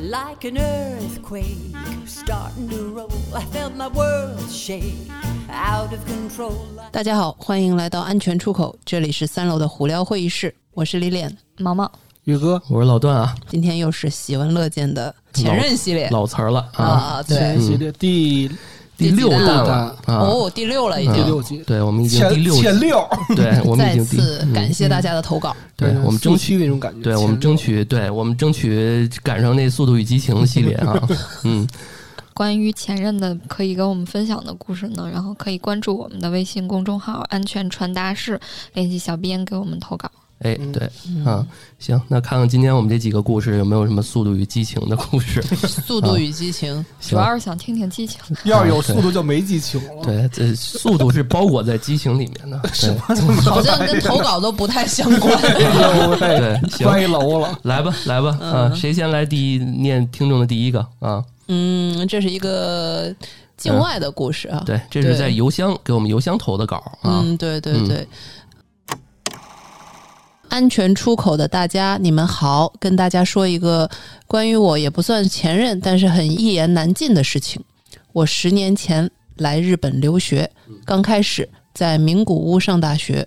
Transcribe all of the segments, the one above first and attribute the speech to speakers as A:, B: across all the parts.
A: like an earthquake starting to roll. I felt my world shake out of control.
B: 大家好，欢迎来到安全出口，这里是三楼的胡聊会议室，我是李脸。
C: 毛毛，
D: 宇哥，
E: 我是老段啊，
B: 今天又是喜闻乐见的前任系
D: 哎
B: 列
E: 老词儿了啊，
B: 啊，对
D: 前，系列第
E: 第六弹
D: 六
E: 了
D: 弹
E: 啊，
B: 哦，第六了已
D: 第
B: 经。
D: 六集，
E: 对我们已经
D: 前
E: 第六集，
D: 前六，
E: 对我们已
B: 再
E: 经第嗯
B: 次感谢大家的投稿，
E: 对我们
D: 中
E: 争
D: 期
E: 取，
D: 那种感觉，
E: 对我们
D: 前六
E: 争取，对我们争取赶上那《速度与激情》系列 啊，嗯，
C: 关于前任的可以跟我们分享的故事呢，然后可以关注我们的微信公众号“安全传达室”，联系小编给我们投稿。
E: 哎，
D: 嗯
E: 对啊，行，那看看今天我们这几个故事有没有什么《速度与激情》的故事？
B: 《速度与激情》
C: 主
E: 行，
C: 要是想听听激情，
D: 要是有速度就没激情了，
E: 对，这速度是包裹在激情里面的，
D: 什么都
B: 好像 跟投稿都不太相关。
D: 没有，
E: 对，对，行。
D: 歪哎楼了，
E: 来吧，来吧，啊，谁先来第一念听众的第一个啊？
B: 嗯，这是一个境外的故事啊。
E: 对，这是
B: 对
E: 在邮箱给我们邮箱投的稿啊。
B: 嗯，对对对。安全出口的大家，你们好，跟大家说一个关于我也不算前任，但是很一言难尽的事情。我十年前来日本留学，刚开始在名古屋上大学，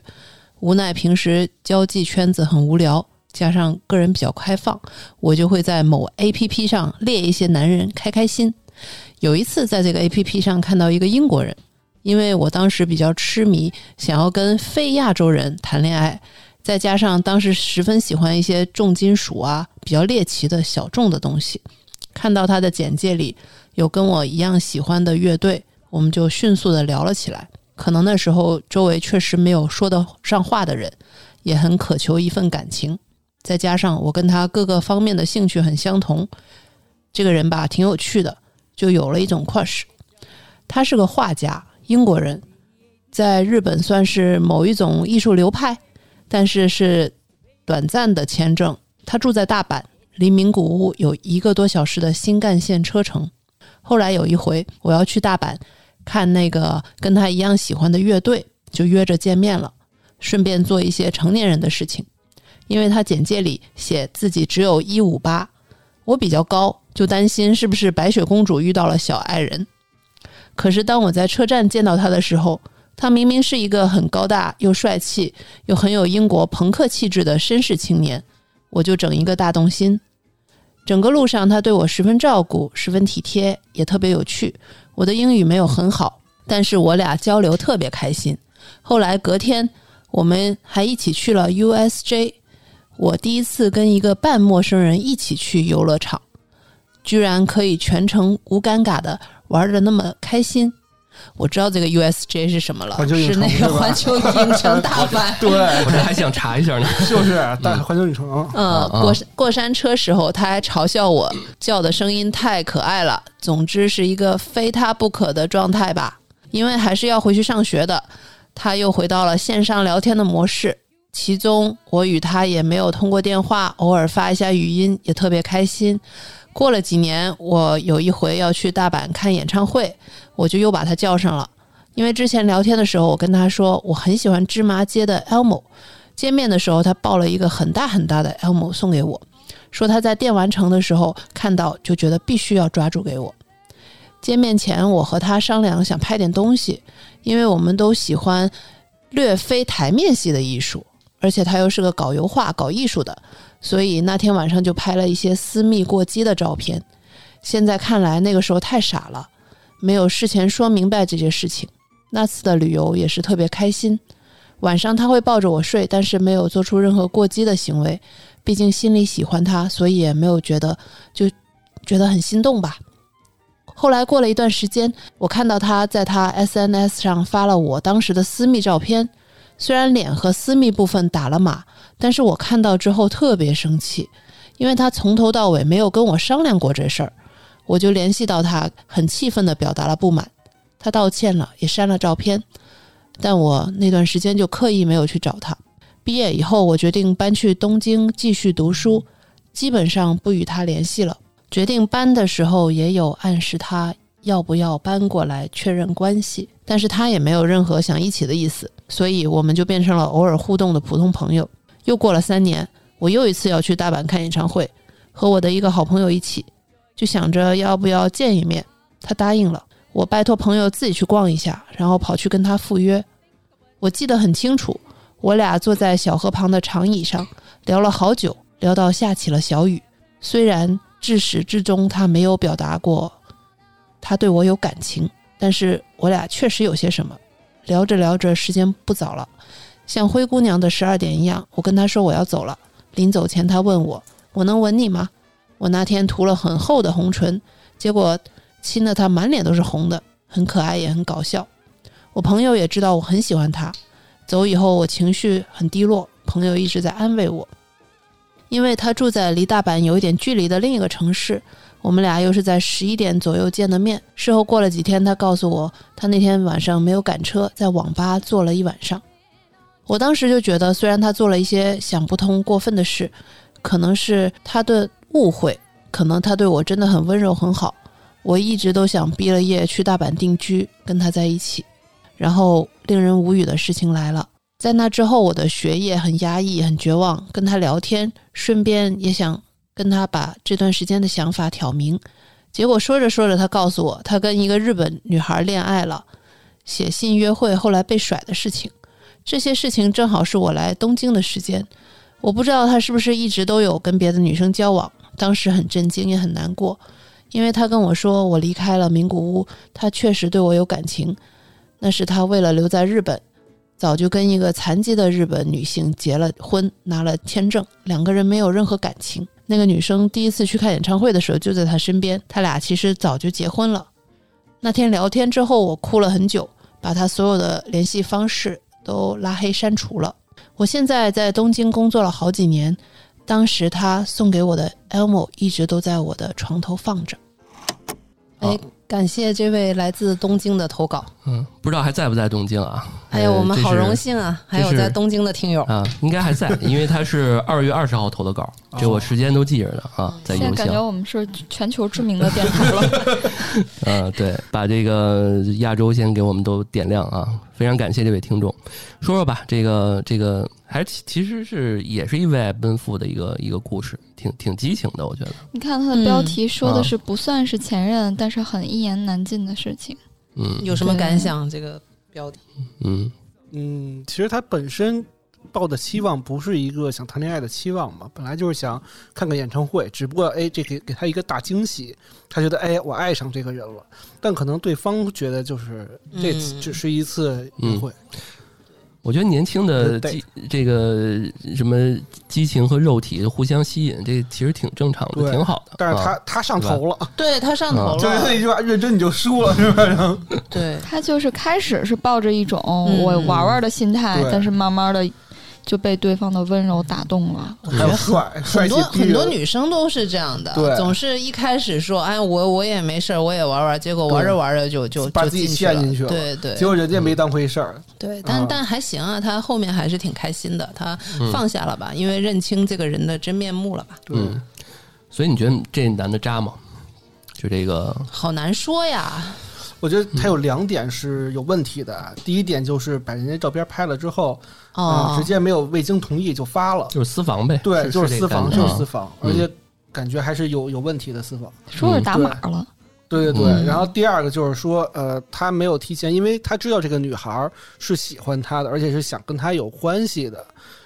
B: 无奈平时交际圈子很无聊，加上个人比较开放，我就会在某 APP 上列一些男人开开心。有一次在这个 APP 上看到一个英国人，因为我当时比较痴迷，想要跟非亚洲人谈恋爱，再加上当时十分喜欢一些重金属啊、比较猎奇的小众的东西，看到他的简介里有跟我一样喜欢的乐队，我们就迅速的聊了起来。可能那时候周围确实没有说得上话的人，也很渴求一份感情，再加上我跟他各个方面的兴趣很相同，这个人吧挺有趣的，就有了一种 crush。他是个画家，英国人，在日本算是某一种艺术流派，但是是短暂的签证。他住在大阪，离名古屋有一个多小时的新干线车程。后来有一回，我要去大阪看那个跟他一样喜欢的乐队，就约着见面了，顺便做一些成年人的事情。因为他简介里写自己只有一五八，我比较高，就担心是不是白雪公主遇到了小矮人。可是当我在车站见到他的时候，他明明是一个很高大又帅气又很有英国朋克气质的绅士青年，我就整一个大动心。整个路上他对我十分照顾，十分体贴，也特别有趣。我的英语没有很好，但是我俩交流特别开心。后来隔天，我们还一起去了 USJ。我第一次跟一个半陌生人一起去游乐场，居然可以全程无尴尬的玩的那么开心。我知道这个 USJ 是什么了，
D: 环球影
B: 是
D: 城
B: 那
D: 是
B: 个
D: 吧。
B: 环球影城大阪
D: 对，
E: 我这还想查一下呢。
D: 就是大环球影城，
B: 嗯，
E: 啊
B: 过山过山车时候，他还嘲笑我叫的声音太可爱了。总之是一个非他不可的状态吧，因为还是要回去上学的。他又回到了线上聊天的模式，其中我与他也没有通过电话，偶尔发一下语音，也特别开心。过了几年，我有一回要去大阪看演唱会，我就又把他叫上了，因为之前聊天的时候，我跟他说我很喜欢芝麻街的 Elmo。见面的时候，他抱了一个很大很大的 Elmo 送给我，说他在电玩城的时候看到就觉得必须要抓住给我。见面前，我和他商量想拍点东西，因为我们都喜欢略非台面系的艺术，而且他又是个搞油画、搞艺术的，所以那天晚上就拍了一些私密过激的照片。现在看来，那个时候太傻了，没有事前说明白这些事情。那次的旅游也是特别开心，晚上他会抱着我睡，但是没有做出任何过激的行为，毕竟心里喜欢他，所以也没有觉得就觉得很心动吧。后来过了一段时间，我看到他在他 SNS 上发了我当时的私密照片，虽然脸和私密部分打了码，但是我看到之后特别生气，因为他从头到尾没有跟我商量过这事儿，我就联系到他，很气愤地表达了不满，他道歉了，也删了照片。但我那段时间就刻意没有去找他。毕业以后，我决定搬去东京继续读书，基本上不与他联系了。决定搬的时候，也有暗示他要不要搬过来确认关系，但是他也没有任何想一起的意思，所以我们就变成了偶尔互动的普通朋友。又过了三年，我又一次要去大阪看演唱会，和我的一个好朋友一起。就想着要不要见一面。他答应了，我拜托朋友自己去逛一下，然后跑去跟他赴约。我记得很清楚，我俩坐在小河旁的长椅上聊了好久，聊到下起了小雨。虽然至始至终他没有表达过他对我有感情，但是我俩确实有些什么。聊着聊着，时间不早了，像灰姑娘的十二点一样，我跟他说我要走了。临走前，他问我：“我能吻你吗？”我那天涂了很厚的红唇，结果亲的他满脸都是红的，很可爱也很搞笑。我朋友也知道我很喜欢他。走以后，我情绪很低落，朋友一直在安慰我，因为他住在离大阪有一点距离的另一个城市。我们俩又是在十一点左右见的面。事后过了几天，他告诉我，他那天晚上没有赶车，在网吧坐了一晚上。我当时就觉得，虽然他做了一些想不通、过分的事，可能是他的误会，可能他对我真的很温柔、很好。我一直都想毕了业去大阪定居，跟他在一起。然后令人无语的事情来了，在那之后，我的学业很压抑、很绝望。跟他聊天，顺便也想跟他把这段时间的想法挑明。结果说着说着，他告诉我，他跟一个日本女孩恋爱了，写信约会，后来被甩的事情。这些事情正好是我来东京的时间，我不知道他是不是一直都有跟别的女生交往。当时很震惊，也很难过，因为他跟我说，我离开了名古屋，他确实对我有感情，那是他为了留在日本，早就跟一个残疾的日本女性结了婚，拿了签证，两个人没有任何感情。那个女生第一次去看演唱会的时候就在他身边，他俩其实早就结婚了。那天聊天之后，我哭了很久，把他所有的联系方式都拉黑删除了。我现在在东京工作了好几年，当时他送给我的 Elmo 一直都在我的床头放着。哎
E: 好，
B: 感谢这位来自东京的投稿。
E: 嗯，不知道还在不在东京啊？
B: 哎呀，
E: 呃
B: 我们好荣。
E: 这是
B: 幸啊，
E: 这
B: 还有
E: 是
B: 在东京的听友。
E: 啊，应该还在，因为他是二月二十号投的稿，
B: 哦
E: 这我时间都记着呢啊，在
C: 现在
E: 邮
C: 感觉
E: 箱。
C: 我们是全球知名的电台 了。
E: 嗯，对，把这个亚洲先给我们都点亮啊！非常感谢这位听众。说说吧，这个这个还是其其实是也是意外奔赴的一个一个故事，挺挺激情的，我觉得。
C: 你看它的标题说的是不算是前任，但是很一言难尽的事情。
E: 嗯，
B: 有什么感想？这个标题
E: 嗯
D: 嗯，其实他本身抱的期望不是一个想谈恋爱的期望嘛，本来就是想看个演唱会，只不过哎，这给给他一个大惊喜，他觉得哎，我爱上这个人了，但可能对方觉得就是这
B: 嗯
D: 只是一次
E: 嗯
D: 约会，
E: 我觉得年轻的
D: 对
E: 激这个什么激情和肉体互相吸引，这其实挺正常的，
D: 对
E: 挺好的。
D: 但是他、
E: 啊
D: 他上头了，
B: 对他上头
E: 啊
D: 就是那
B: 了，
D: 句话，认真你就输了，是吧？然后
B: 对，
C: 他就是开始是抱着一种
B: 嗯
C: 我玩玩的心态，
D: 对
C: 但是慢慢的就被对方的温柔打动了。
D: 还有帅，帅
B: 很
D: 气
B: 多
D: 逼人
B: 很多女生都是这样的，
D: 对
B: 总是一开始说，哎，我我也没事儿，我也玩玩，结果玩着玩着就就
D: 把
B: 就
D: 自己
B: 进去
D: 陷进去了
B: 对对
D: 结果人家没当回事儿，
B: 对，但
D: 啊
B: 但还行啊，他后面还是挺开心的，他放下了吧，因为认清这个人的真面目了吧，
D: 对，
E: 嗯，所以你觉得这男的渣吗？就这个，
B: 好难说呀，
D: 我觉得他有两点是有问题的，啊第一点就是把人家照片拍了之后，啊，
B: 哦
D: 直，接没有未经同意就发了，
E: 就是私房呗。
D: 对，就是私房，
E: 这个
D: 就
E: 感
D: 是
E: 觉
D: 私
E: 啊
D: 房，
E: 嗯
D: 而且感觉还是有有问题的私房。
C: 说是
D: 嗯
C: 打码了，
D: 对对对，
B: 嗯
D: 然后第二个就是说，呃，他没有提前，因为他知道这个女孩儿是喜欢他的，而且是想跟他有关系的。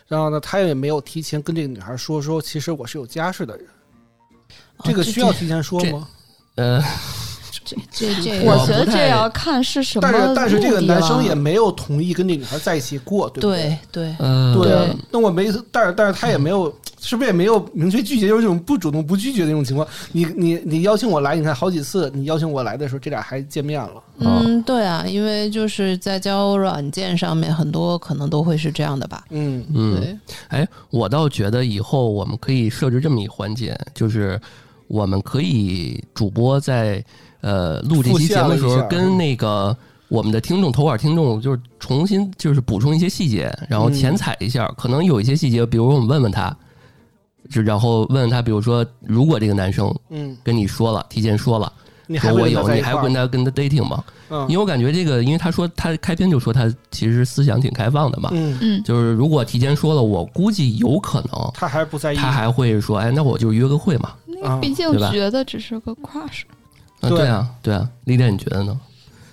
D: 然后呢，他也没有提前跟这个女孩说说，其实我是有家室的人。
B: 哦
D: 这个需要提前说吗？
E: 呃，
B: 这这这这，
E: 我
C: 觉得
E: 不
C: 这
E: 太
C: 也要看是什么
D: 但
C: 目的
D: 是
C: 了。
D: 但是这个
C: 啊
D: 男生也没有同意跟这女孩在一起过，对不对？
B: 对对，
E: 呃，
D: 对啊
C: 对，
D: 那我没，但是但是他也没有，是不是也没有明确拒绝，就是这种不主动不拒绝的那种情况。你你你邀请我来，你看好几次，你邀请我来的时候，这俩还见面了。
E: 哦
B: 嗯，对啊，因为就是在交友软件上面，很多可能都会是这样的吧，
D: 嗯，
E: 嗯，
B: 对，
E: 哎，我倒觉得以后我们可以设置这么一环节，就是我们可以主播在呃录这期节目的时
D: 复现
E: 候
D: 了一下
E: 跟那个。我们的听众投稿听众就是重新就是补充一些细节，然后
D: 嗯
E: 浅踩一下，可能有一些细节，比如我们问问他，就然后问问他，比如说如果这个男生
D: 嗯，
E: 跟你说了，提前说了，
D: 你还
E: 说
D: 会跟
E: 我
D: 他
E: 有，
D: 在
E: 你
D: 一块
E: 还
D: 儿
E: 跟他跟他 dating 吗？因
D: 嗯
E: 为我感觉这个，因为他说他开篇就说他其实思想挺开放的嘛，
D: 嗯，
C: 嗯，
E: 就是如果提前说了，我估计有可能
D: 他还不在意，
E: 哎他还会说，哎，那我就约个会嘛，
D: 啊，
C: 毕竟
E: 对吧
C: 觉得只是个 crush。
D: 对
E: 啊，对啊，对啊，丽典你觉得呢？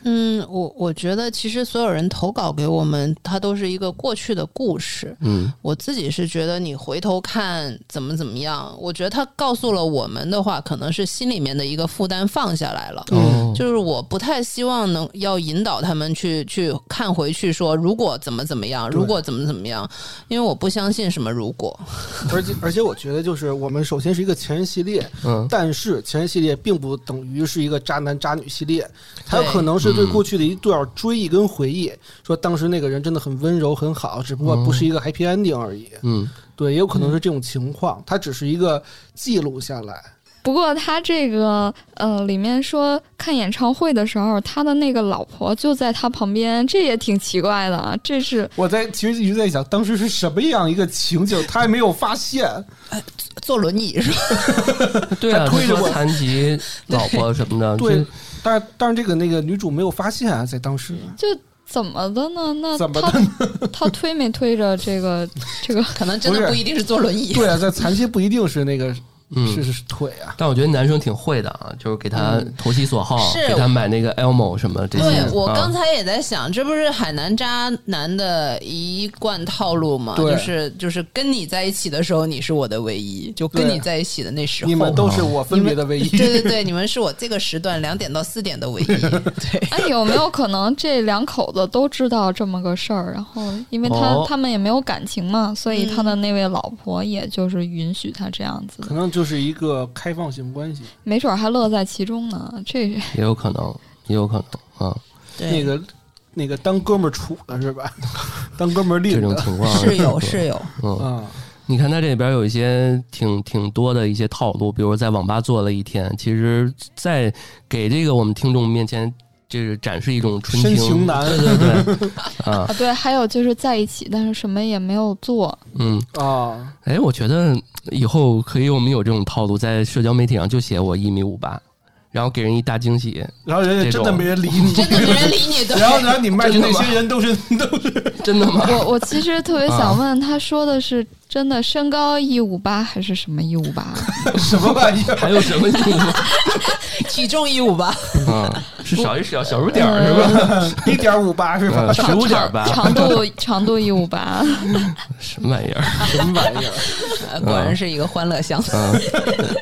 B: 嗯，我我觉得其实所有人投稿给我们，它都是一个过去的故事。
E: 嗯
B: 我自己是觉得你回头看怎么怎么样，我觉得他告诉了我们的话，可能是心里面的一个负担放下来
D: 嗯
B: 了。
E: 哦
B: 就是我不太希望能要引导他们去去看回去说如果怎么怎么样，如果怎么怎么样，因为我不相信什么如果。
D: 而且而且我觉得就是我们首先是一个前任系列，
E: 嗯
D: 但是前任系列并不等于是一个渣男渣女系列，它有
B: 对
D: 可能是对
E: 嗯
D: 过去的一段追忆跟回忆，说当时那个人真的很温柔很好，只不过不是一个 happy ending 而已。
E: 嗯，
D: 对，也有可能是这种情况，它只是一个记录下来。
C: 不过他这个呃，里面说看演唱会的时候，他的那个老婆就在他旁边，这也挺奇怪的啊。这是
D: 我在其实一直在想，当时是什么样一个情景，他还没有发现。
B: 坐轮椅是吧？
E: 对啊，
D: 他推着
E: 说
D: 我
E: 残 疾老婆什么的，
D: 对
E: 这，
D: 但是但是这个那个女主没有发现啊，在当时
C: 就怎么的呢？那
D: 怎么
C: 他
D: 的
C: 他推没推着这 个这个？
B: 可能真的
D: 不是
B: 不一定是坐轮椅。
D: 对啊，在残疾不一定是那个
E: 嗯，
D: 是嗯是腿啊，
E: 但我觉得男生挺会的啊，就是给他投其所好，
B: 是
E: 给他买那个 Elmo 什
D: 嗯
E: 么这些。
B: 对我刚
E: 啊、
B: 才也在想，这不是海南渣男的一贯套路吗？
D: 对
B: 就是就是跟你在一起的时候，你是我的唯一，就跟
D: 对
B: 你在一起的那时候，
D: 你们都是我分别的唯一。
B: 对对 对，你们是我这个时段两点到四点的 唯一。对，
C: 哎，有没有可能这两口子都知道这么个事儿？然后因为他、
E: 哦
C: 他们也没有感情嘛，所以
B: 嗯
C: 他的那位老婆也就是允许他这样子的
D: 可，能就是一个开放性关系。
C: 没准儿还乐在其中呢。这
E: 也有可能，也有可能啊，
B: 对
D: 那个那个当哥们儿处了是吧？ 当哥们儿
E: 这
D: 领
E: 种
D: 的
E: 情况
B: 是有是有，
E: 嗯，
D: 啊，
E: 你看他这里边有一些挺挺多的一些套路，比如在网吧坐了一天，其实，在给这个我们听众面前，就是展示一种纯
D: 深情
E: 情
D: 男
E: 对 对对，啊
C: 啊，对，还有就是在一起，但是什么也没有做，
E: 嗯，
D: 啊，
E: 哎，我觉得以后可以，我们有这种套路，在社交媒体上就写我一米五八，然后给人一大惊喜，
D: 然后人家真的没人理你，
B: 真的没人理你。对，
D: 然后然后你卖的那
E: 真的吗
D: 些人都是 都是
E: 真的吗？
C: 我我其实特别想问，他说的是真的身高一五八还是什么一五八？
D: 什么玩意儿？
E: 还有什么礼 物？
B: 体重一五八，
E: 嗯，呃是小一小小数点儿是吧？
D: 一点五八是吧
E: 嗯，？ 十五点八，
C: 长度长度一五八，
E: 什么玩意儿？
D: 什么玩 意儿？
B: 呃果然是一个欢乐乡。
E: 嗯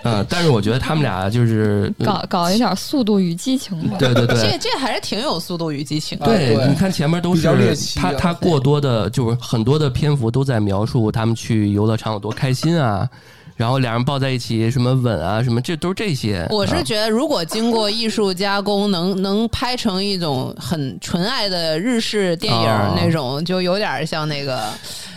E: 嗯，但是我觉得他们俩就是，呃
C: 搞搞一点速度与激情吧。
E: 嗯对对
B: 这
E: 对。
B: 这还是挺有《速度与激情》啊的。
E: 对，
D: 啊对
E: 你看前面都
D: 比较猎
E: 是
D: 奇
E: 他，
D: 啊
E: 他过多的就是很多的篇幅都在描述他们去游乐场有多开心啊，然后俩人抱在一起什么吻啊什么，这都是这些。
B: 我
E: 啊
B: 是觉得，如果经过艺术加工，能能拍成一种很纯爱的日式电影儿
D: 啊
E: 哦
B: 那种，就有点像那个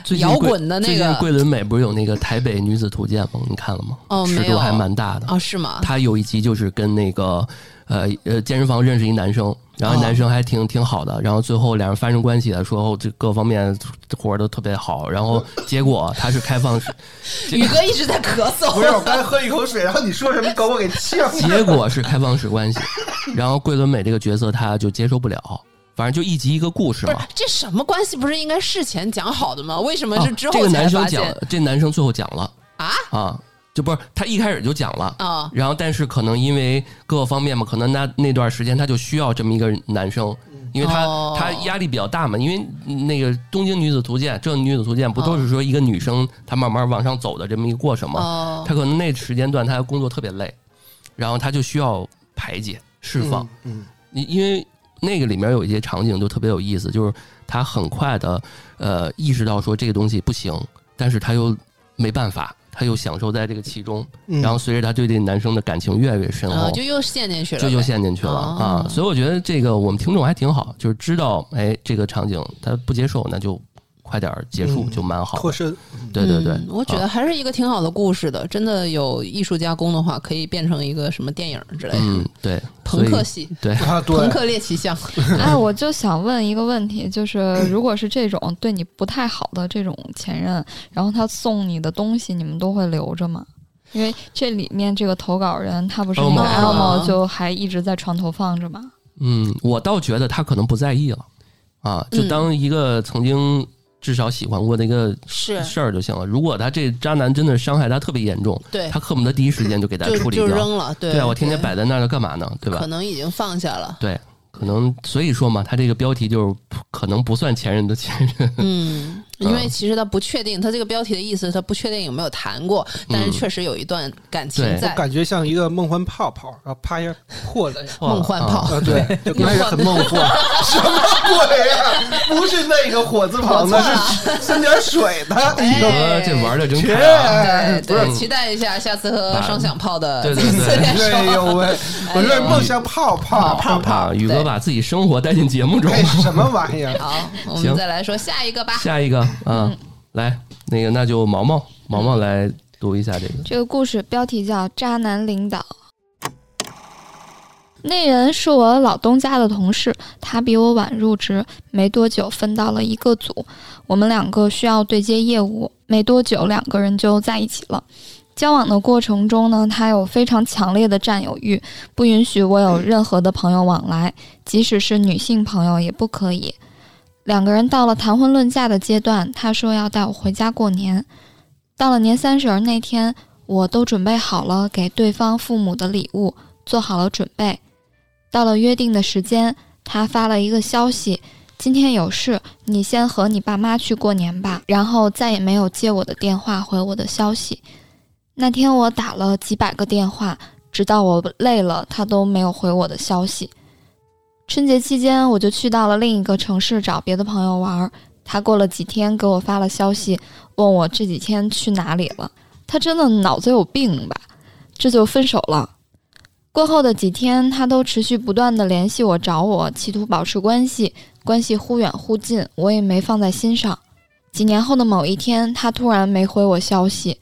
E: 最近
B: 摇
E: 桂
B: 滚的那
E: 最近
B: 个
E: 桂纶镁不是有那个《台北女子图鉴》吗？你看了吗？
B: 哦
E: 尺
B: 没
E: 度
B: 有
E: 还蛮大的。
B: 哦，是吗？
E: 她有一集就是跟那个呃呃健身房认识一男生，然后
B: 哦
E: 男生还挺、挺好的，然后最后俩人发生关系了，说后这各方面活儿都特别好，然后结果他是开放式，
B: 宇哥一直在咳
D: 不是，
B: 嗽，
D: 我刚才喝一口水，然后你说什么狗，我给呛了。
E: 结果是开放式关系， 然后桂纶镁这个角色他就接受不了，反正就一集一个故事
B: 不是
E: 嘛。
B: 这什么关系？不是应该事前讲好的吗？为什么是之
E: 啊、这
B: 后
E: 个
B: 才
E: 男生
B: 发现
E: 讲，这男生最后讲了
B: 啊
E: 啊，就不是他一开始就讲了
B: 啊？
E: 然后，但是可能因为各个方面嘛，可能那那段时间他就需要这么一个男生，因为他、
B: 哦
E: 他压力比较大嘛。因为那个《东京女子图鉴》，这女子图鉴不都是说一个女生她慢慢往上走的这么一个过程吗？
B: 哦，
E: 她可能那时间段她工作特别累，然后她就需要排解释放。
D: 嗯，
E: 因因为那个里面有一些场景就特别有意思，就是她很快的呃意识到说这个东西不行，但是她又没办法，她又享受在这个其中。
D: 嗯
E: 然后随着她对这男生的感情越来越深
B: 然
E: 厚
B: 啊后，就又陷进去了
E: 这
B: 呗，
E: 就陷进去了
B: 哦
E: 啊！所以我觉得这个我们听众还挺好，就是知道哎这个场景他不接受，那就快点儿结束
D: 嗯
E: 就蛮好
D: 脱
E: 的。
D: 身，
E: 对对对
B: 嗯，我觉得
E: 啊
B: 还是一个挺好的故事的。真的有艺术加工的话，可以变成一个什么电影之类的，
E: 嗯对，所
B: 朋
E: 以
B: 克系、
E: 对
D: 啊，
B: 朋
D: 对，
B: 克猎奇像。
C: 哎，我就想问一个问题，就是如果是这种对你不太好的这种前任，然后他送你的东西，你们都会留着吗？因为这里面这个投稿人他不是那个
B: Elmo
C: Elmo 就还一直在床头放着吗？
E: 嗯，我倒觉得他可能不在意了啊，就
B: 嗯
E: 当一个曾经至少喜欢过的一个
B: 是
E: 事儿就行了。如果他这渣男真的伤害他特别严重，
B: 对
E: 他恨不得第一时间就给他
B: 就
E: 处理
B: 就
E: 掉。
B: 扔了，对
E: 对啊，我天天摆在那儿干嘛呢？对吧
B: 可？能已经放下了，
E: 对，可能所以说嘛，他这个标题就是可能不算前任的前任。啊
B: 嗯，因为其实他不确定，他这个标题的意思，他不确定有没有谈过，但是
E: 嗯
B: 确实有一段感情
E: 对
B: 在。
D: 感觉像一个梦幻泡泡，然后啪一下破了呀。
B: 梦幻
E: 啊
B: 泡
D: 啊，对，就刚开始很梦幻， 什么鬼呀、不是那个火字旁的，是三点水的。
B: 哎
E: 呃，这玩的真
D: 切
E: 开啊！
B: 对
E: 不是
B: 对，期待一下下次和双响炮的
E: 对对
B: 第四
E: 对
B: 联手
D: 哎呦喂，我这梦想泡泡
B: 泡泡
E: 啊，宇哥
B: 对
E: 把自己生活带进节目中
D: 哎，
E: 了。
D: 什么玩意儿？
B: 好，我们
E: 行
B: 再来说下一个吧。
E: 下一个啊，来，那个那就毛毛，毛毛来读一下这个。
C: 这个故事标题叫《渣男领导》。那人是我老东家的同事，他比我晚入职，没多久分到了一个组，我们两个需要对接业务，没多久两个人就在一起了。交往的过程中呢，他有非常强烈的占有欲，不允许我有任何的朋友往来，即使是女性朋友也不可以。两个人到了谈婚论嫁的阶段，他说要带我回家过年。到了年三十儿那天，我都准备好了给对方父母的礼物，做好了准备。到了约定的时间，他发了一个消息：“今天有事，你先和你爸妈去过年吧。”然后再也没有接我的电话，回我的消息。那天我打了几百个电话，直到我累了，他都没有回我的消息。春节期间，我就去到了另一个城市找别的朋友玩儿。他过了几天给我发了消息，问我这几天去哪里了。他真的脑子有病吧？这就分手了。过后的几天，他都持续不断的联系我，找我，企图保持关系，关系忽远忽近，我也没放在心上。几年后的某一天，他突然没回我消息，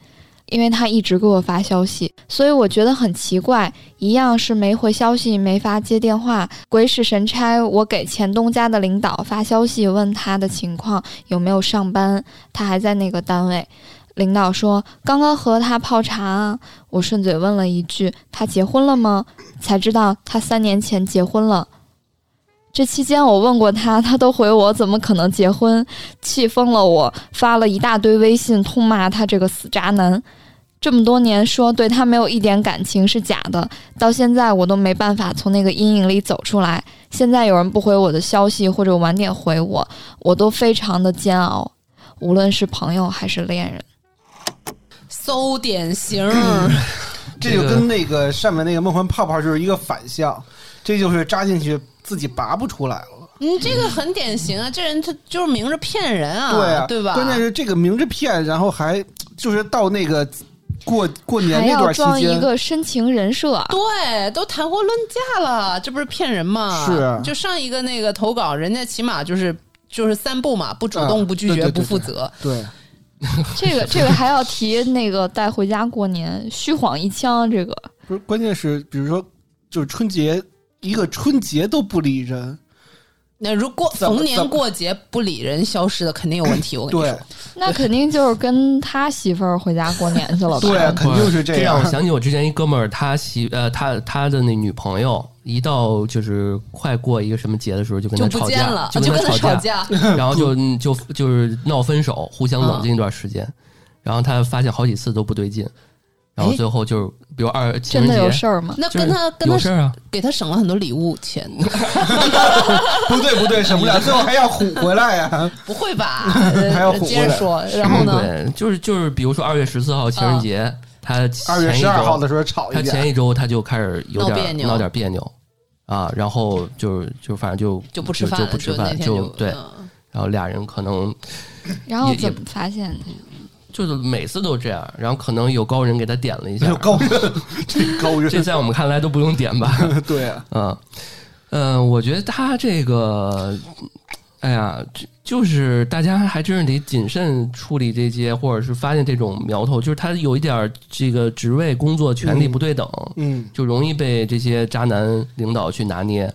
C: 因为他一直给我发消息，所以我觉得很奇怪，一样是没回消息，没法接电话，鬼使神差，我给前东家的领导发消息问他的情况有没有上班，他还在那个单位。领导说刚刚和他泡茶啊，我顺嘴问了一句他结婚了吗？才知道他三年前结婚了。这期间我问过他，他都回我怎么可能结婚，气疯了我，发了一大堆微信痛骂他这个死渣男。这么多年说对他没有一点感情是假的，到现在我都没办法从那个阴影里走出来。现在有人不回我的消息或者晚点回我，我都非常的煎熬，无论是朋友还是恋人。
B: 搜典 型，
D: 这就跟那个上面那个梦幻泡泡就是一个反向，这就是扎进去自己拔不出来了。
B: 你嗯这个很典型啊，这人他就是明着骗人啊，
D: 对啊，
B: 对吧？
D: 关键是这个明着骗，然后还就是到那个过过年
C: 还
D: 那
C: 要
D: 段期
C: 装一
D: 间，
C: 个深情人设 啊，
B: 对，都谈婚论嫁了，这不是骗人吗？
D: 是啊
B: 就上一个那个投稿，人家起码就是就是三不嘛，不主动、
D: 啊
B: 不拒
D: 对
B: 绝、
D: 对
B: 不
D: 对
B: 负
D: 对
B: 责。
D: 对，
C: 这个这个还要提那个带回家过年，虚晃一枪，这个
D: 不是关键是，比如说就是春节一个春节都不理人，
B: 那如果
D: 怎么
B: 逢年过节不理人消失的，肯定有问题。我跟你
D: 对
B: 说，
C: 那肯定就是跟他媳妇儿回家过年去了吧？
D: 对，啊肯定是
E: 这让
D: 样
E: 我。想起我之前一哥们儿，他媳呃他他的那女朋友，一到就是快过一个什么节的时候，就跟
B: 就
E: 他
B: 不
E: 吵
B: 见
E: 架
B: 了，，啊就跟
E: 他
B: 他
E: 吵
B: 吵，架。
E: 然后就嗯就就是闹分手，互相
B: 嗯
E: 冷静一段时间，然后他发现好几次都不对劲，然后
B: 哎
E: 最后就是比如二情
C: 真
E: 人
C: 的有
E: 节。
C: 事儿吗？
B: 那
E: 就是
B: 跟他跟
E: 有
B: 他
E: 事儿啊，
B: 给他省了很多礼物 钱，
D: 不对不对，省不了，最后还要唬回来啊呀、
B: 不会 吧？
D: 还要
B: 呃
D: 唬过
B: 接着
D: 来
B: 说，然后呢？
E: 对，就是就是，比如说二月十四号情
B: 嗯
E: 人节，他
D: 二月
E: 前一
D: 十二
E: 周
D: 号的时候吵
E: 他
D: 一架，
E: 前一周他就开始有
B: 闹
E: 点
B: 别扭
E: 闹点别扭啊，然后就是就反正就
B: 就不吃饭了，
E: 就不吃
B: 那
E: 饭，
B: 天就
E: 对，
B: 嗯
E: 然后俩人可能
C: 然后
E: 也
C: 怎么发现的？
E: 就是每次都这样，然后可能有高人给他点了一
D: 没
E: 下
D: 有，高人，这高
E: 这
D: 人，
E: 在我们看来都不用点 吧，
D: 对啊，
E: 嗯嗯、我觉得他这个，哎呀，这就是大家还真是得谨慎处理这些，或者是发现这种苗头，就是他有一点儿这个职位、工作、权利不对等。
D: 嗯，
E: 就容易被这些渣男领导去拿捏，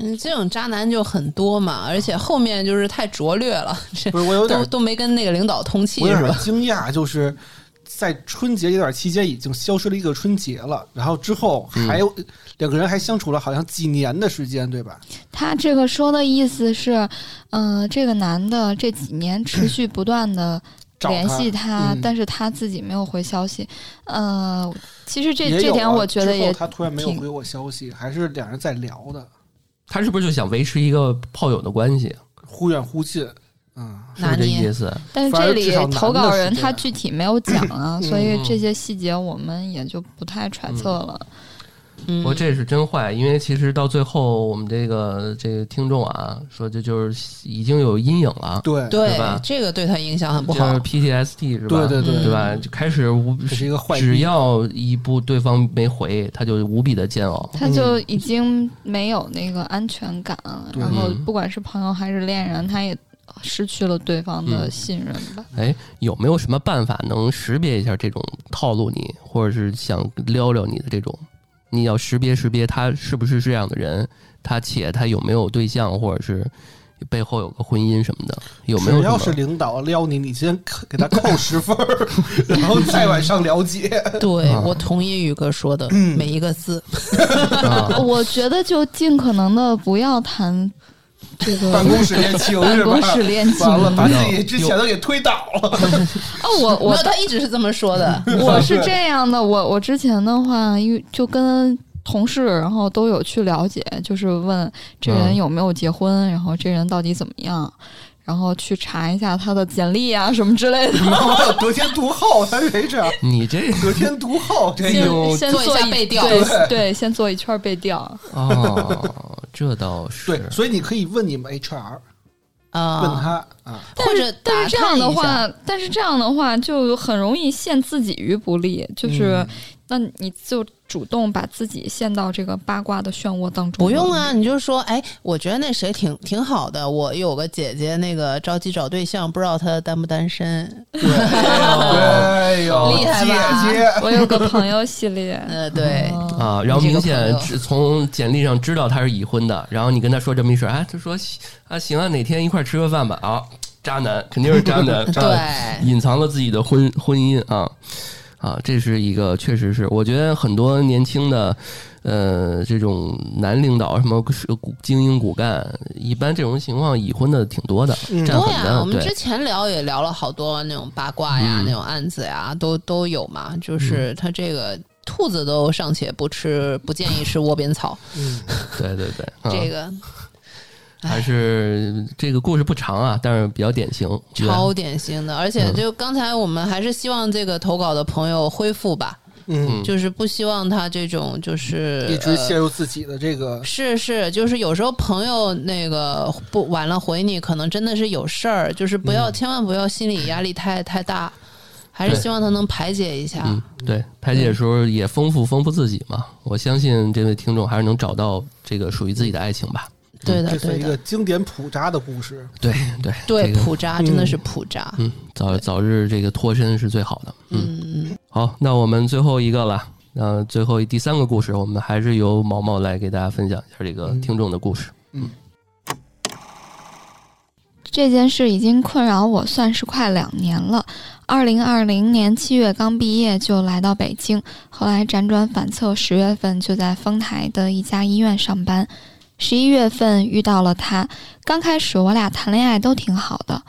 B: 嗯，这种渣男就很多嘛，而且后面就是太拙劣了，这
D: 不是我有点
B: 都都没跟那个领导通气
D: 我有
B: 是
D: 点
B: 吧？
D: 惊讶，就是在春节这段期间已经消失了一个春节了，然后之后还有、两个人还相处了好像几年的时间，对吧？
C: 他这个说的意思是，嗯，这个男的这几年持续不断的
D: 找
C: 联
D: 他
C: 系他，
D: 嗯
C: 但是他自己没有回消息。呃，其实这
D: 也有
C: 这点
D: 啊
C: 我觉得
D: 之后
C: 也
D: 他突然没有
C: 挺
D: 回我消息，还是两人在聊的，
E: 他是不是就想维持一个炮友的关系？
D: 忽远忽近，嗯，
E: 是不是
B: 拿
E: 这
B: 捏
E: 意思？
C: 但是
D: 反而
C: 这
D: 至
C: 里
D: 少男
C: 投
D: 的
C: 稿
D: 是
C: 人
D: 这
C: 他
D: 样
C: 具体没有讲 啊，所以
E: 嗯
C: 这些细节我们也就不太
D: 嗯
C: 揣测了。
E: 不
B: 嗯
E: 过这是真坏，因为其实到最后，我们这个这个听众啊，说这就是已经有阴影了，
D: 对
E: 对
B: 对
E: 吧
B: 这个对他影响很不
E: 就
B: 好
E: 是。PTSD 是吧？
D: 对对对
E: 对吧？就开始无
D: 这是一个坏
E: 只
D: 逼
E: 要一步对方没回，他就无比的煎熬。
D: 嗯
C: 他就已经没有那个安全感，啊
D: 对
C: 然后
E: 嗯
C: 不管是朋友还是恋人，他也失去了对方的
D: 嗯
C: 信任吧。
E: 哎，有没有什么办法能识别一下这种套路你，或者是想撩撩你的这种？你要识别识别他是不是这样的人，他且他有没有对象，或者是背后有个婚姻什么的，有没有
D: 只
E: 什么？
D: 要是领导撩你，你先给他扣十分儿，然
B: 嗯
D: 后再往上了解。
B: 对
E: 啊
B: 我同意宇哥说的
D: 嗯
B: 每一个字，
E: 啊
C: 我觉得就尽可能的不要谈这个
D: 办公室恋情
C: 办
D: 是吧
C: 公？室恋情。
D: 完了，把
C: 哦，
D: 自
E: 嗯
D: 己之前的给推倒了。
C: 我
B: 没
C: 我
B: 有他一直是这么说的。
C: 我是这样的，我我之前的话，因为就跟同事，然后都有去了解，就是问这人
E: 嗯
C: 有没有结婚，然后这人到底怎么样，然后去查一下他的简历啊什么之类的。
D: 得天独厚，他谁这样？
E: 你这
D: 得天独厚，这
C: 先
E: 哎呦
C: 先
B: 做一下背调
C: 对对，先做一圈背调。
E: 哦，这倒 是
D: 对，所以你可以问你们 HR，
B: 啊，
D: 问他啊，
B: 或者
C: 但
B: 打
C: 是这样
B: 探
C: 的
B: 一下，
C: 话，但是这样的话就很容易陷自己于不利，就是、那你就主动把自己陷到这个八卦的漩涡当中。
B: 不用啊，
D: 嗯
B: 你就说，哎，我觉得那谁挺挺好的，我有个姐姐，那个着急找对象，不知道她单不单身。
D: 哎呦，
B: 啊厉害吧
D: 姐姐，
C: 我有个朋友系列，
B: 呃，对，
C: 嗯
E: 啊，然后
B: 你这
E: 明
B: 个
E: 显
B: 朋友
E: 只从简历上知道他是已婚的，然后你跟他说这么一事儿，哎，他说啊行啊，哪天一块儿吃个饭吧啊，渣男肯定是渣 男，渣男
B: 对，
E: 隐藏了自己的婚婚姻啊啊，这是一个确实是，我觉得很多年轻的呃这种男领导什么是骨精英骨干，一般这种情况已婚的挺多的，
D: 嗯
E: 占
B: 多
E: 很
B: 呀，我
E: 的
B: 们之
E: 对。
B: 前聊也聊了好多那种八卦呀、
E: 嗯
B: 那种案子呀，都都有嘛。就是他这个兔子都尚且不吃，不建议吃窝边草，
D: 嗯，
E: 对对对，啊
B: 这个哎
E: 还是这个故事不长啊，但是比较典型。对吧
B: 超典型的。而且
E: 嗯
B: 就刚才我们还是希望这个投稿的朋友恢复吧，
D: 嗯，
B: 就是不希望他这种就是
D: 一直
B: 呃
D: 陷入自己的这个
B: 是是，就是有时候朋友那个不晚了回你，可能真的是有事儿，就是不要、千万不要心理压力太太大，还是
E: 嗯对
B: 希望他能排解一下。
E: 嗯，对，排解的时候也丰富丰富自己嘛。我相信这位听众还是能找到这个属于自己的爱情吧。
B: 对的
D: 嗯这
B: 对
D: 是一
B: 的，
D: 个经典普渣的故事。
E: 对对
B: 对
E: 这个
B: 普渣真的是普渣。
E: 嗯，早早日这个脱身是最好的。嗯，
B: 嗯嗯，
E: 好，那我们最后一个了。那最后第三个故事，我们还是由毛毛来给大家分享一下这个
D: 嗯
E: 听众的故事。
C: 这件事已经困扰我算是快两年了。二零二零年七月刚毕业就来到北京，后来辗转反侧，十月份就在丰台的一家医院上班。十一月份遇到了他，刚开始我俩谈恋爱都挺好的，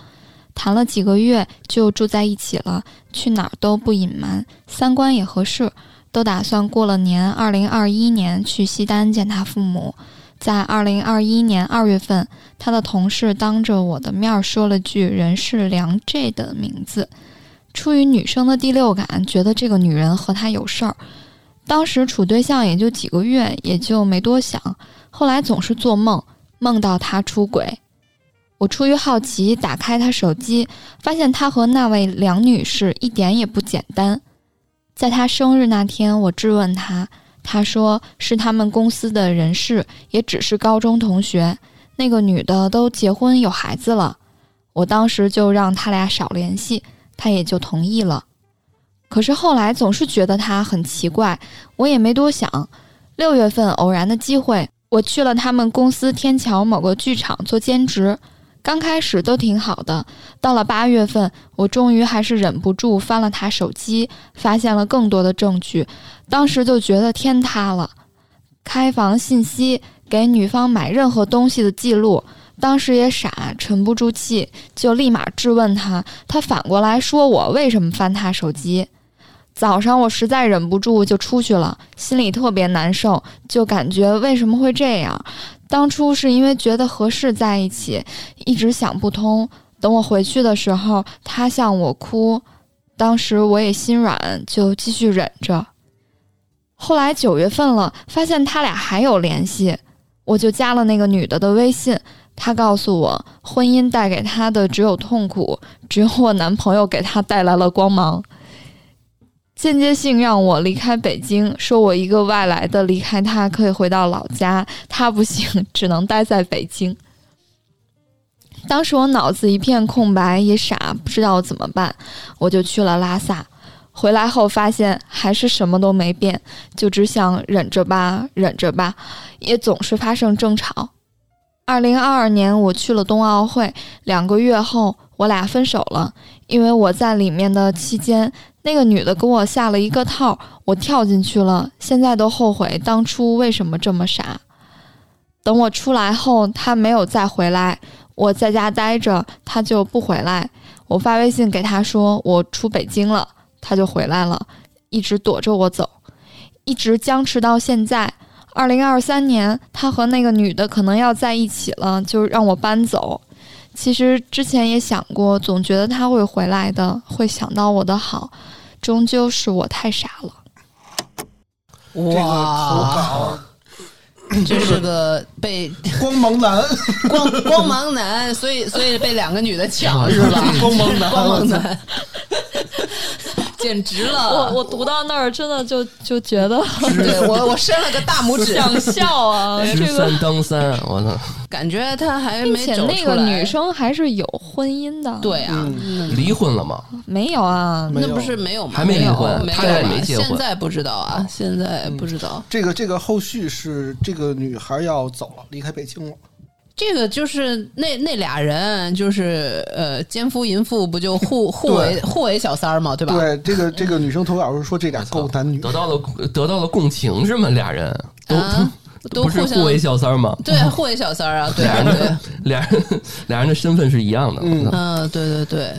C: 谈了几个月就住在一起了，去哪儿都不隐瞒，三观也合适，都打算过了年二零二一年去西单见他父母。在二零二一年二月份，他的同事当着我的面儿说了句“人是梁 J” 的名字。出于女生的第六感，觉得这个女人和他有事儿。当时处对象也就几个月，也就没多想。后来总是做梦，梦到他出轨。我出于好奇打开他手机，发现他和那位梁女士一点也不简单。在他生日那天，我质问他，他说是他们公司的人事，也只是高中同学。那个女的都结婚有孩子了，我当时就让他俩少联系，他也就同意了。可是后来总是觉得他很奇怪，我也没多想。六月份偶然的机会，我去了他们公司天桥某个剧场做兼职，刚开始都挺好的，到了八月份，我终于还是忍不住翻了他手机，发现了更多的证据，当时就觉得天塌了。开房信息、给女方买任何东西的记录，当时也傻，沉不住气，就立马质问他。他反过来说我为什么翻他手机。早上我实在忍不住就出去了，心里特别难受，就感觉为什么会这样？当初是因为觉得合适在一起，一直想不通。等我回去的时候，他向我哭，当时我也心软，就继续忍着。后来九月份了，发现他俩还有联系，我就加了那个女的的微信。她告诉我，婚姻带给她的只有痛苦，只有我男朋友给她带来了光芒。间接性让我离开北京，说我一个外来的离开他可以回到老家，他不行，只能待在北京。当时我脑子一片空白，也傻，不知道怎么办，我就去了拉萨。回来后发现还是什么都没变，就只想忍着吧，忍着吧，也总是发生争吵。二零二二年我去了冬奥会，两个月后我俩分手了，因为我在里面的期间，那个女的给我下了一个套，我跳进去了，现在都后悔当初为什么这么傻。等我出来后，她没有再回来，我在家待着，她就不回来。我发微信给她说我出北京了，她就回来了，一直躲着我走，一直僵持到现在。二零二三年，他和那个女的可能要在一起了，就让我搬走。其实之前也想过，总觉得他会回来的，会想到我的好，终究是我太傻了。
D: 这个投
B: 哇，
D: 稿
B: 这 是个被
D: 光芒男，
B: 光光芒男，所以所以被两个女的 抢是吧？
D: 光芒男，
B: 光芒男，啊简直了！
C: 我我读到那儿，真的就就觉得
B: 对我我伸了个大拇指，
C: 想笑啊，
E: 知
C: 这个。
E: 三当三，我操，
B: 感觉他还
C: 并
B: 没
C: 且
B: 走
C: 那
B: 出
C: 个
B: 来
C: 女生还是有婚姻的，，
B: 对啊，
E: 离婚了吗？
C: 没有啊？
D: 嗯没
B: 那
D: 有
B: 不是没有吗？
E: 还没离
B: 有
E: 婚
B: 没
E: 他俩也
B: 有吧
E: 没结婚
B: 现在不知道啊，现在不知道。
D: 这个这个后续是这个女孩要走了，离开北京了。
B: 这个就是那那俩人，就是呃，奸夫淫妇，不就互互为互为小三儿嘛，对吧？
D: 对， 这个这个女生投稿是说这俩够男女，
E: 得到了得到了共情是吗？俩人都、
B: 啊，
E: 都
B: 都
E: 不是
B: 互相
E: 互为小三儿吗？
B: 对互为小三儿啊，对
E: 俩
B: 啊，
E: 人
B: 对
E: 的
B: 啊，
E: 俩人 俩人的身份是一样的。
D: 嗯
B: 嗯，对对对，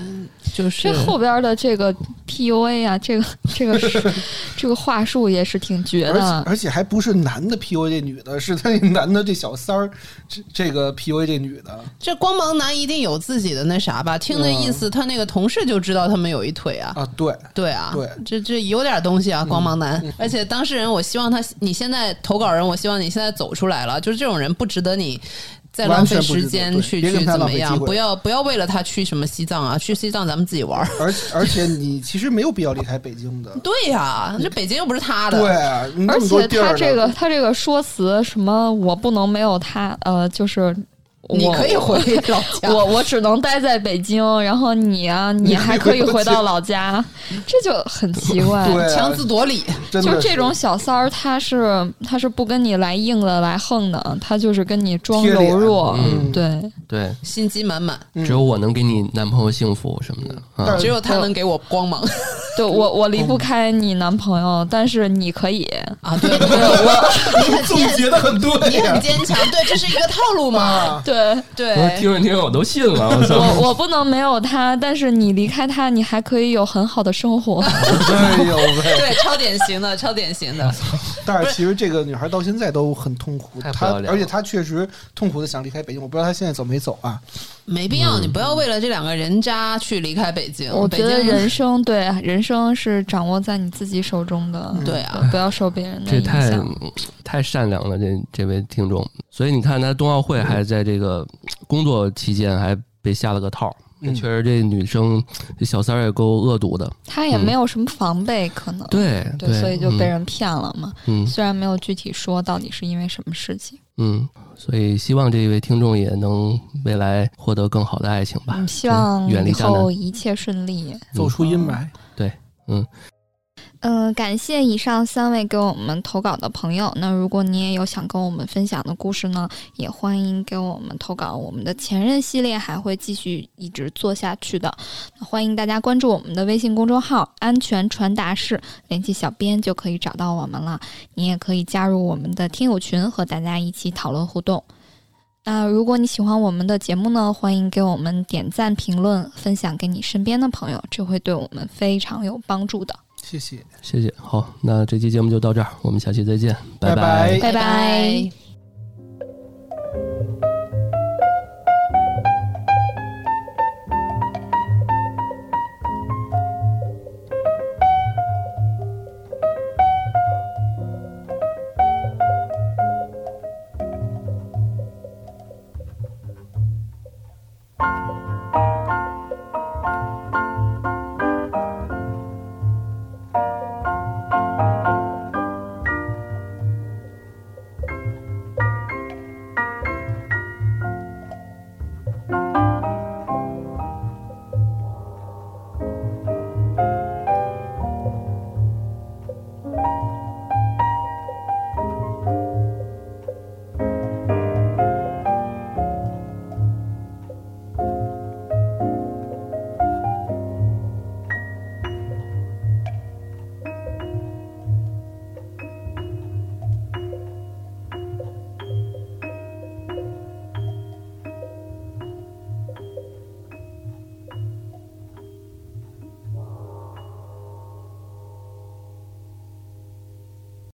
B: 就是
C: 这后边的这个 PUA 啊，这个这 个是这个话术也是挺绝
D: 而且
C: 的。
D: 而且还不是男的 PUA 这女的，是他那男的这小三儿，这这个 PUA 这女的，
B: 这光芒男一定有自己的那啥吧？听那意思，他那个同事就知道他们有一腿啊。
D: 嗯啊，对，
B: 对啊，
D: 对嗯
B: 这这有点东西啊，光芒男。而且当事人，我希望他，你现在投稿人，我希望你现在走出来了，就是这种人不值得你再浪费
D: 完全不值
B: 时
D: 得
B: 间
D: 对
B: 去
D: 别
B: 去
D: 跟他
B: 怎么
D: 浪费
B: 样，
D: 机会
B: 不要不要为了他去什么西藏啊，去西藏咱们自己玩儿。，
D: 而而且你其实没有必要离开北京的
B: 对呀、
D: 嗯
B: 这北京又不是他的。
D: 对，啊你那
C: 啊而
D: 嗯么多
C: 且
D: 地儿
C: 他
D: 呢
C: 这个他这个说辞什么，我不能没有他，呃，就是我
B: 你可以回老家。
C: 我我只能待在北京，然后你啊，
D: 你
C: 你还
D: 可
C: 可
D: 以
C: 以
D: 回
C: 回
D: 老家
C: 到老家，这就很奇怪。
D: 对啊
B: 强词夺理，
D: 真的
C: 就是这种小三儿，他是他是不跟你来硬的来横的，他就是跟你装
D: 贴脸
C: 柔弱。
E: 嗯
C: 对，
E: 对，
B: 心机满满，
D: 嗯
E: 只有我能给你男朋友幸福什么的啊
D: 但。
B: 只有他能给我光 芒
C: 对我我离不开你男朋友，但是你可以，
B: 啊！对，对我你
D: 总
B: 很坚，
D: 结的很对
B: 你很
D: 呀，
B: 坚强，对，这是一个套路嘛？
C: 对
B: 对，
E: 我听着听着我都信了，我操！
C: 我我不能没有他，但是你离开他，你还可以有很好的生活。
D: 哎呦喂！
B: 对，超典型的，超典型的。
D: 但是其实这个女孩到现在都很痛苦，
E: 太不
D: 她
E: 要脸了
D: 而且她确实痛苦的想离开北京，我不知道她现在走没走啊。
B: 没必要，你不要为了这两个人渣去离开北京。
C: 我
B: 北
C: 觉得
B: 京
C: 人生对啊人生是掌握在你自己手中的，
B: 对啊，
C: 不要受别人的
E: 这
C: 影
E: 太
C: 响。
E: 太善良了，这这位听众。所以你看，他冬奥会还在这个嗯工作期间还被下了个套，
D: 嗯
E: 确实这女生这小三儿也够恶毒的。
C: 他也
E: 嗯
C: 没有什么防备，可能
E: 对
C: 对，所以就被
E: 嗯
C: 人骗了嘛。
E: 嗯
C: 虽然没有具体说到底是因为什么事情，
E: 嗯，所以希望这位听众也能未来获得更好的爱情吧。
C: 嗯，希
E: 对
C: 望
E: 远离
C: 以
E: 渣男
C: 后一切顺利。
D: 走出阴霾，
E: 嗯
C: 嗯、感谢以上三位给我们投稿的朋友。那如果你也有想跟我们分享的故事呢，也欢迎给我们投稿。我们的前任系列还会继续一直做下去的。那欢迎大家关注我们的微信公众号“安全传达室”，联系小编就可以找到我们了。你也可以加入我们的听友群，和大家一起讨论互动。那如果你喜欢我们的节目呢，欢迎给我们点赞、评论、分享给你身边的朋友，这会对我们非常有帮助的。
D: 谢谢。
E: 谢谢。好，那这期节目就到这儿，我们下期再见，拜
D: 拜拜
C: 拜拜